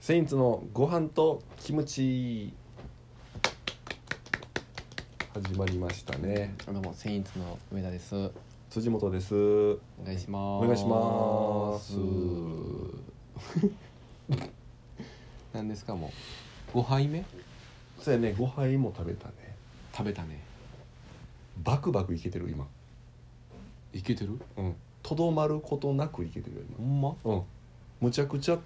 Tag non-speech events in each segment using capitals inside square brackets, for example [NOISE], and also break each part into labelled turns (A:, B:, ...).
A: セインツのご飯とキムチ始まりましたね
B: どうもセインツの上田です。お
A: 辻本ですお
B: 願いします。
A: 願いします
B: [LAUGHS] 何ですかもう5杯目
A: そうやね5杯も食べたね
B: 食べたね。
A: バクバクいけてる今
B: いけてる？
A: うんとどまることなくいけてるよ
B: ほんま？
A: 今うんむちゃくちゃ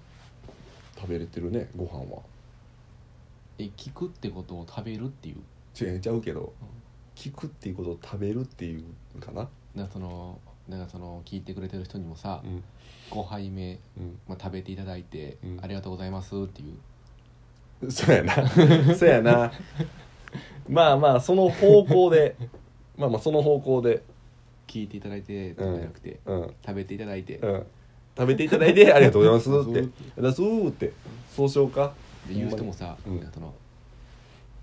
A: 食べれてるねご飯は
B: え聞くってことを食べるっていう。
A: ちえちゃうけど
B: うん
A: 聞くっていうことを食べるっていうかな
B: なんかそのなんかその聞いてくれてる人にもさ、
A: うん
B: 5杯目
A: うん
B: まあ食べていただいて、
A: うん
B: ありがとうございますっていう。
A: そうやな [LAUGHS] そうやなまあまあその方向でまあまあその方向で
B: 聞いていただいてじゃなくて、
A: うん
B: 食べていただいて。
A: うん食べていただいてありがとうございます
B: [LAUGHS]
A: って「だそう」ってそうしようか
B: で言う人もさ、
A: うん
B: なんかその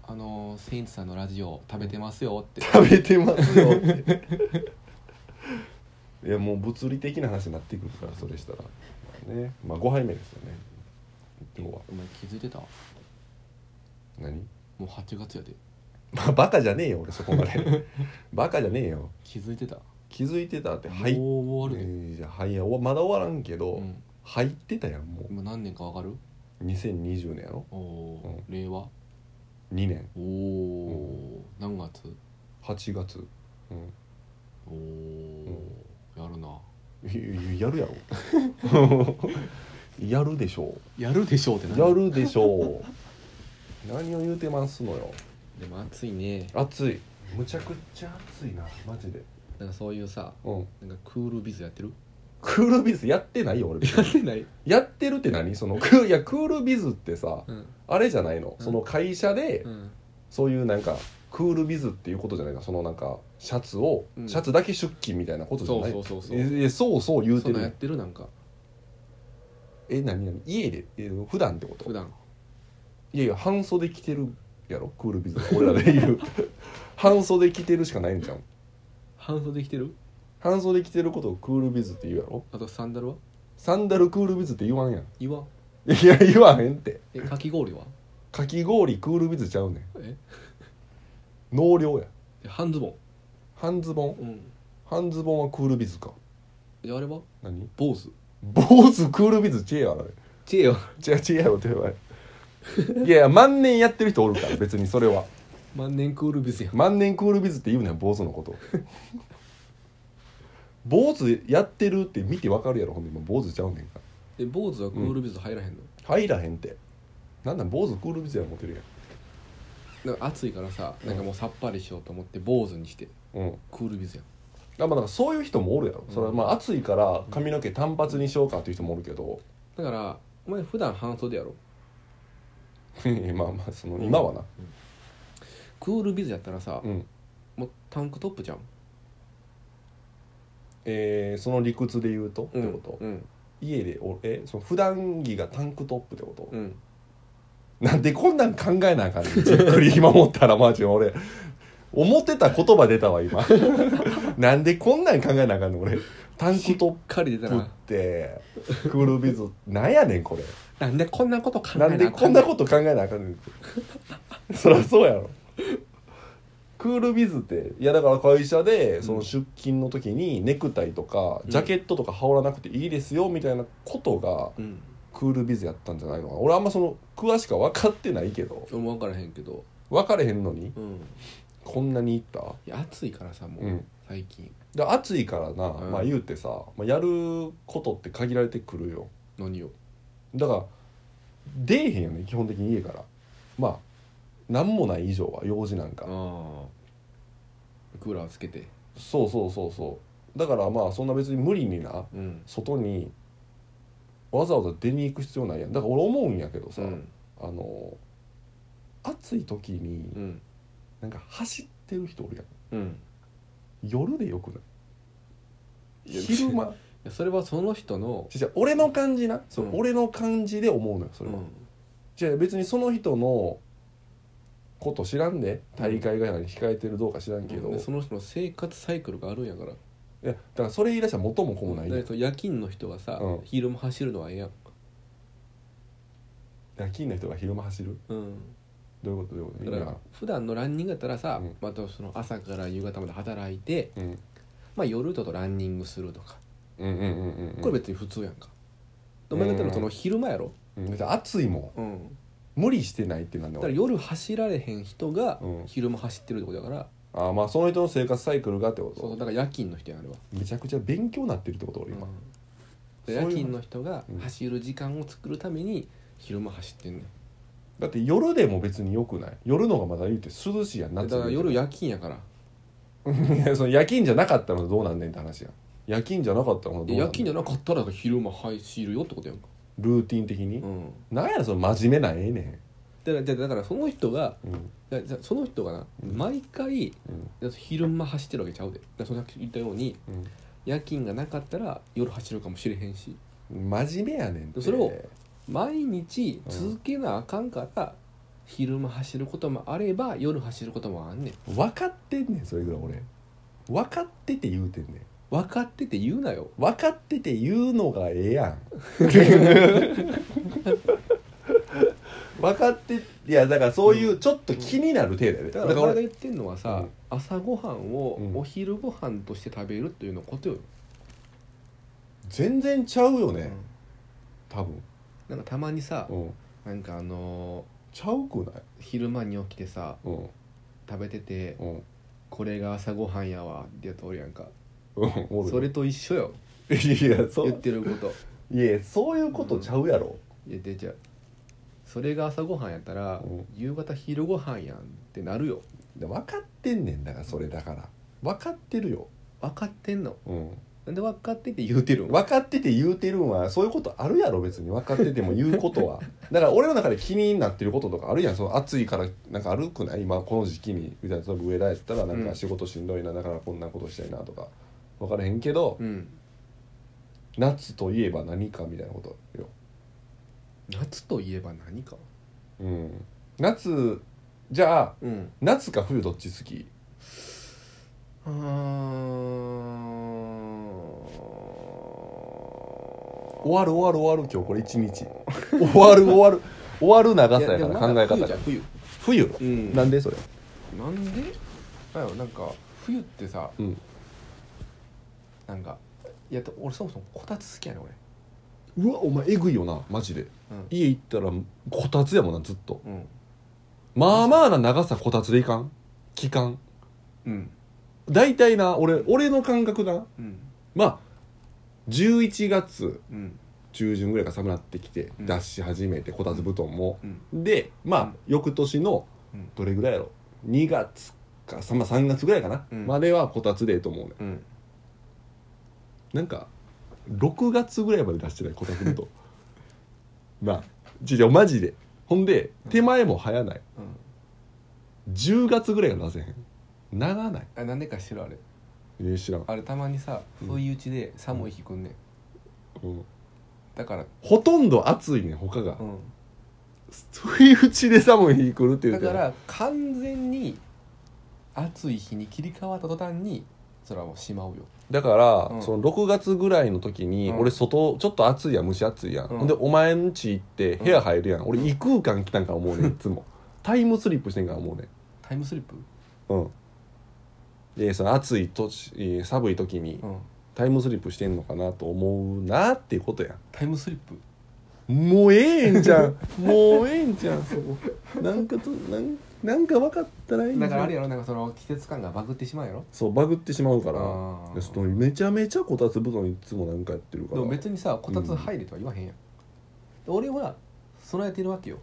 B: あのーセインツさんのラジオ食べてますよって
A: 食べてますよ
B: [LAUGHS]
A: っていやもう物理的な話になってくるからそれしたらねまあ5杯目ですよね今日は
B: お前気づいてたも
A: 何、
B: う8月やで
A: まあ、バカじゃねえよ俺そこまでバカじゃねえよ
B: 気づいてた
A: 気づいてたって入っ
B: もう終わるで、
A: えーじゃあはいやおまだ終わらんけど、
B: うん、
A: 入ってたやんも
B: 今何年かわかる
A: う2020年やろ
B: おおー、令和
A: 2年
B: おおー、何月
A: 8月うん
B: おお、やるな
A: [LAUGHS] や
B: い
A: いややるやろ [LAUGHS] やるでしょ
B: やるでしょうって
A: うやるでしょう何を言うてますのよ
B: でも暑いね
A: 暑いむちゃくちゃ暑いなマジで
B: なんかそういうさ
A: うん
B: なんかクールビズやってる
A: クールビズやってないよ俺別に
B: てない、
A: やってるって何そのクいやクールビズってさ
B: うん
A: あれじゃないの
B: うん
A: その会社で
B: うん、
A: そういうなんかクールビズっていうことじゃないのそのなんかシャツを
B: うん
A: シャツだけ出勤みたいなことじゃ
B: そ
A: な
B: う
A: い
B: そうそうそう
A: ええそうそう言う
B: そ
A: て
B: んなんやっ
A: る
B: てるなんか
A: え何何家でえ普段ってこと
B: 普段
A: いやいや半袖着てるやろクールビズは俺らで
B: [LAUGHS]
A: 言う半袖着てるしかないんじゃん
B: 半袖着てる
A: 半袖着てることをクールビズって言うやろ
B: あとサンダルは
A: サンダルクールビズって言わんやん
B: 岩
A: いや言わへんって
B: えかき氷は
A: かき氷クールビズちゃうねん
B: え
A: 納涼や
B: で半ズボ
A: 半ズボン
B: ンうん
A: 半ズボンはクールビズか
B: であれは
A: 何
B: 坊主
A: 坊主クールビズチェアあれ
B: ちえよ
A: 違う違うよって言われいやいや万年やってる人おるから別にそれは
B: 万年クールビズやん
A: 万年クールビズって言うねん坊主の [LAUGHS] こと坊主やってるって見てわかるやろほんで今坊主ちゃうねんか
B: え坊主はクールビズ入らへんの、
A: ら入らへんてなんなん坊主クールビズや思ってる
B: なんか暑いからさなんかもうさっぱりしようと思って坊主にして
A: やんうん
B: クールビズやん
A: あまあなんかそういう人もおるやろ、それはまあ暑いから髪の毛単発にしようかっていう人もおるけど、 [LAUGHS]
B: だからお前普段半袖やろ
A: まあまあその今はな
B: クールビズやったらさ、
A: うん、
B: もうタンクトップじゃん
A: えーその理屈で言うとってこと、
B: うん
A: 家でおえその普段着がタンクトップってこと、
B: うん
A: なんでこんなん考えなあかんねんじっくり今思ったらマジ俺思ってた言葉出たわ今なんでこんなん考えなあかんの俺タンクト
B: 狩り出
A: ッ
B: た
A: プっ
B: ら
A: てクールビズなんやねんこれ
B: なんでこんなこと考え
A: なんでこんな
B: と
A: こと考えなあかんねんってそりゃそうやろクールビズっていやだから会社でその出勤の時にネクタイとか
B: うん
A: ジャケットとか羽織らなくていいですよみたいなことが
B: うん
A: クールビズやったんじゃないのかな俺あんまその詳しくは分かってないけど
B: 俺も分からへんけど
A: 分かれへんのに
B: うん
A: こんなにいった
B: いや暑いからさもう、
A: うん
B: 最近
A: で暑いからな、
B: うん
A: まあ言うてさ、まあ、やることって限られてくるよ
B: 何を
A: だから出えへんよね基本的に家からまあ何もない以上は用事なんか
B: ああクーラーつけて
A: そうそうそうそうだからまあそんな別に無理にな
B: うん
A: 外にわざわざ出に行く必要ないやんだから俺思うんやけどさ、
B: うん
A: あの暑い時に
B: うん
A: なんか走ってる人おるやん
B: うん
A: 夜でよくない
B: いや
A: 昼間
B: いやそれはその人の
A: じゃ俺の感じな、そう
B: うん
A: 俺の感じで思うのよそれは、じゃあ別にその人のこと知らんで大会が控えてるどうか知らんけど、
B: で
A: い
B: その人の生活サイクルがあるんやから
A: やだからそれ言い出したら元も子もないやん
B: だからその夜勤の人がさ、
A: うん
B: 昼も走るのはええやん
A: 夜勤の人が昼間走る
B: うん
A: どういうことどういうこと
B: だから普段のランニングやったらさ、
A: うん
B: またその朝から夕方まで働いて、
A: うん
B: まあ、夜ととランニングするとか
A: うんうんうんうんうん
B: これ別に普通やんか、お前が言ったのはその昼間やろ、
A: うん別に暑いも
B: うん、
A: ん無理してないってなんだ
B: だから
A: 俺
B: 夜走られへん人が
A: うん
B: 昼間走ってるってことだから、
A: ああまあその人の生活サイクルがってこ
B: そうそう
A: と
B: だから夜勤の人やんあれは、
A: めちゃくちゃ勉強なってるってこと俺今、
B: で
A: そういう
B: 夜勤の人が
A: うん
B: 走る時間を作るために昼間走ってんねん
A: だって夜でも別によくない夜のがまだ言うて涼しいやん
B: で
A: 夏
B: だから
A: 言う
B: 夜
A: て
B: 夜勤やから
A: いやその夜勤じゃなかったのどうなんねんって話やん夜勤じゃなかったのどうなんね
B: で
A: ん
B: 夜勤じゃなかったらだから昼間走るよってことやんか、
A: ルーティン的に、
B: うん、
A: なんやその真面目なええね
B: だからじゃあだからその人が
A: んうん
B: だじゃあその人がな、
A: うん
B: 毎回
A: うん
B: だって昼間走ってるわけちゃうでだからそのさっき言ったように夜勤がなかったら夜走るかもしれへんし
A: うん真面目やねんって
B: それを毎日続けなあかんから、昼間走ることもあれば夜走ることもあんねん
A: 分かってんねんそれぐらい俺分かってて言うてんねん
B: 分かってて言うなよ
A: 分かってて言うのがええや
B: [LAUGHS]
A: ん分かっていやだからそういうちょっと気になる程度やで、
B: だ
A: だから
B: か
A: ら
B: 俺が
A: 俺
B: 言ってんのはさ、朝ごはんを
A: うん
B: お昼ご飯として食べるっていうのことよ、
A: 全然ちゃうよね、
B: うん
A: 多分、
B: なんかたまにさ
A: うん、
B: なんかあの
A: ちゃうくない、
B: ー昼間に起きてさ
A: うん
B: 食べてて
A: うん
B: これが朝ごはんやわってやつおるやんか
A: うんおる
B: それと一緒よ
A: いやそ
B: 言っ
A: う
B: てること
A: いやそういうことちゃうやろ、
B: いやでじゃあそれが朝ごはんやったら、
A: うん
B: 夕方昼ごはんやんってなるよ
A: で分かってんねんだからそれだから分かってるよ、
B: 分かってんの
A: うん、
B: なんで分かってて言うてるん
A: 分かってて言うてるんはそういうことあるやろ別に分かってても言うこと [LAUGHS] はだから俺の中で気になってることとかあるやんその暑いからなんか歩くない今この時期にみたいな例えば上田やったらなん
B: う
A: か
B: ん
A: 仕事しんどいな、だからこんなことしたいなとか分からへんけど、
B: うん
A: 夏といえば何かみたいなことよ、
B: 夏といえば何か
A: うん、夏じゃあ
B: うん
A: 夏か冬どっち好き
B: あ
A: 終わる終わる終わる今日これ一日終わる終わる終わる長さやから考え方が
B: 冬じ
A: 冬
B: ゃん冬うん
A: なんでそれ
B: なんでなんやろなんか冬ってさ
A: うん
B: なんかいやで俺そもそもこたつ好きやねん俺
A: うわお前えぐいよなマジで家行ったらこたつやもんなずっと
B: うん
A: まあまあな長さこたつでいかん期間
B: うん
A: 大体な俺俺の感覚な
B: うん
A: まあ11月
B: うん
A: 中旬ぐらいから寒くなってきて
B: うん
A: 出し始めてこたつ布団も
B: うん
A: でま
B: う
A: あ
B: ん
A: 翌年の
B: うん
A: どれぐらいやろ2月かさまあ3月ぐらいかな
B: うん
A: まではこたつでええと思うね
B: うん
A: なんか6月ぐらいまで出してないこたつ [LAUGHS] 布団なあちょちょマジでほんで手前も早ない
B: うん
A: 10月ぐらいが出せへんならない
B: あなんでか知るあれ
A: えー、知らん、
B: あれたまにさ
A: うん
B: 不意打ちで寒い日くんねん
A: うん、
B: だから
A: ほとんど暑いねん他が
B: うん
A: 不意打ちで寒い日来るっていう
B: だから完全に暑い日に切り替わった途端にそれはもうしまうよ
A: だから、
B: うん
A: その6月ぐらいの時に、
B: うん
A: 俺外ちょっと暑いやん蒸し暑いやん、
B: うん
A: ほんでお前ん家行って部屋入るやん、俺
B: うん
A: 異空間来たんか思うねん
B: [LAUGHS]
A: いつもタイムスリップしてんか思うねん
B: タイムスリップ
A: うんでその暑い年えー寒い時に
B: うん
A: タイムスリップしてんのかなと思うなっていうことやん
B: タイムスリップ
A: もうええんじゃ
B: [LAUGHS]
A: んもうええんじゃんそこなんかとなんなんか分かったらいいんじゃ
B: だ
A: ん
B: からあれやろなんかその季節感がバグってしまうやろ
A: そうバグってしまうから
B: あー
A: でそのめちゃめちゃこたつ布団いつもなんかやってるか
B: で
A: ら
B: も別にさこたつ入れとは言わへんやん、俺は備えてるわけよ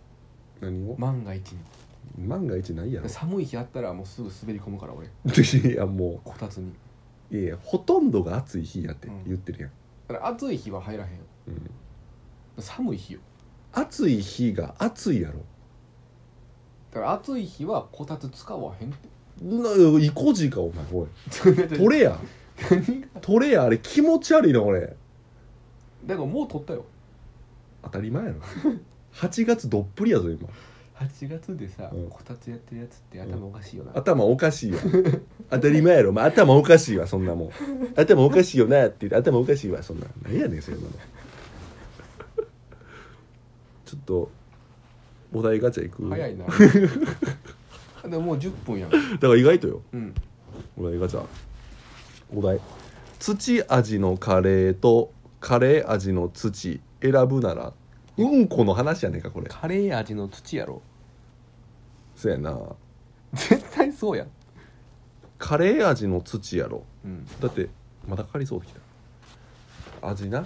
A: 何を、
B: 万が一に
A: 万が一ないやろ
B: 寒い日あったらもうすぐ滑り込むから俺
A: いやも
B: こたつに
A: ういやいやほとんどが暑い日やって
B: うん
A: 言ってるやん、
B: だから暑い日は入らへんよ
A: うん
B: 寒い日よ
A: 暑い日が暑いやろ
B: だから暑い日はこたつ使わへんって
A: な意固地かお前おい
B: [LAUGHS]
A: 取れや
B: 何が
A: 取れやあれ気持ち悪いなこれ
B: だからもう取ったよ
A: 当たり前やろ8月どっぷりやぞ今
B: 8月でさ、
A: うん
B: こたつやってるやつって頭おかしいよな、
A: 頭おかしいわ当たり前やろ、まあ、頭おかしいわそんなもん頭おかしいよなって言って頭おかしいわそんな何やねんそんなのちょっとお題ガチャ行く
B: 早 [LAUGHS] いなでももう10分やん
A: だから意外とよ
B: うん
A: お題ガチャお題土味のカレーとカレー味の土選ぶならうんこの話やねんかこれ
B: カレー味の土や [LAUGHS] ろ
A: そうやな
B: 絶対そうやん
A: カレー味の土やろ
B: うん
A: だってまだかかりそうできた味 [LAUGHS] な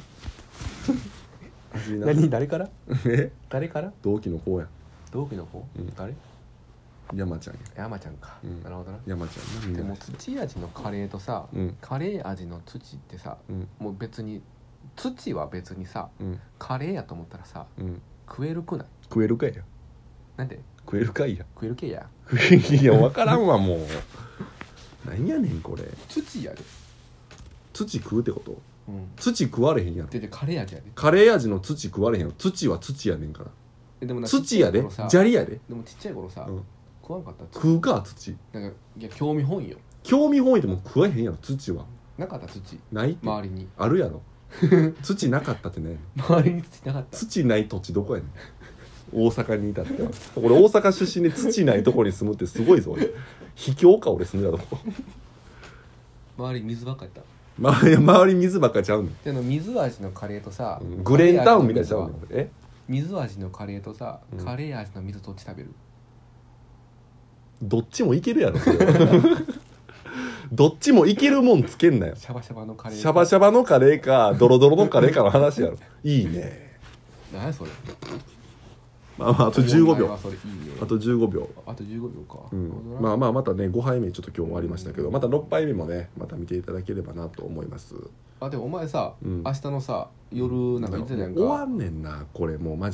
A: 味な
B: 何誰から
A: え
B: 誰から
A: 同期の子や
B: 同期の子、
A: うん
B: 誰
A: 山ちゃんや
B: 山ちゃんか、
A: うん
B: なるほどな
A: 山ちゃんな
B: で
A: みん
B: も
A: な
B: 土味のカレーとさ、
A: うん
B: カレー味の土ってさ
A: うん
B: もう別に土は別にさ
A: うん
B: カレーやと思ったらさ
A: うん
B: 食えるくない
A: 食えるかいや
B: なんで
A: 食えるかいや
B: 食える系や
A: 食えいや分からんわもう何やねんこれ
B: 土やで
A: 土食うってこと
B: うん
A: 土食われへんやろ
B: ででカレー味やで
A: カレー味の土食われへんやろ土は土やねんから
B: えでもな
A: 土やで
B: ちっちゃい頃さ
A: 砂利やで、
B: でもちっちゃい頃さ、
A: うん、
B: 食わんかった
A: 食うか土
B: なんかいや興味本位よ
A: 興味本位でも食わへんやろ土は
B: なかった土
A: ないって、
B: 周りに
A: あるやろ [LAUGHS] 土なかったってね
B: 周りに土なかった
A: 土ない土地どこやねん大阪にいたっては俺大阪出身で土ないとこに住むってすごいぞ俺卑怯か俺住んでたとこ、
B: 周り水ばっかやった
A: ま、周り水ばっかちゃうねん
B: であの水味のカレーとさ、
A: うんグレーンタウンみたいちゃうねんえ
B: 水味のカレーとさ、
A: うん
B: カレー味の水どっち食べる
A: どっちもいけるやろそ [LAUGHS] れはどっちもいけるもんつけんなよ
B: シャバシャバのカレー
A: シャバシャバのカレーかドロドロのカレーかの話やろいいね
B: ャ何やそれ
A: まあまああ
B: あ
A: と15秒
B: それいいね
A: あと15秒
B: あと15秒か、
A: うん、まあまあまたね5杯目ちょっと今日終わりましたけどまた6杯目もねまた見ていただければなと思います
B: あでもお前さ、
A: うん
B: 明日のさ夜なんか言ってたやんか
A: 終わんねんなこれもうマジで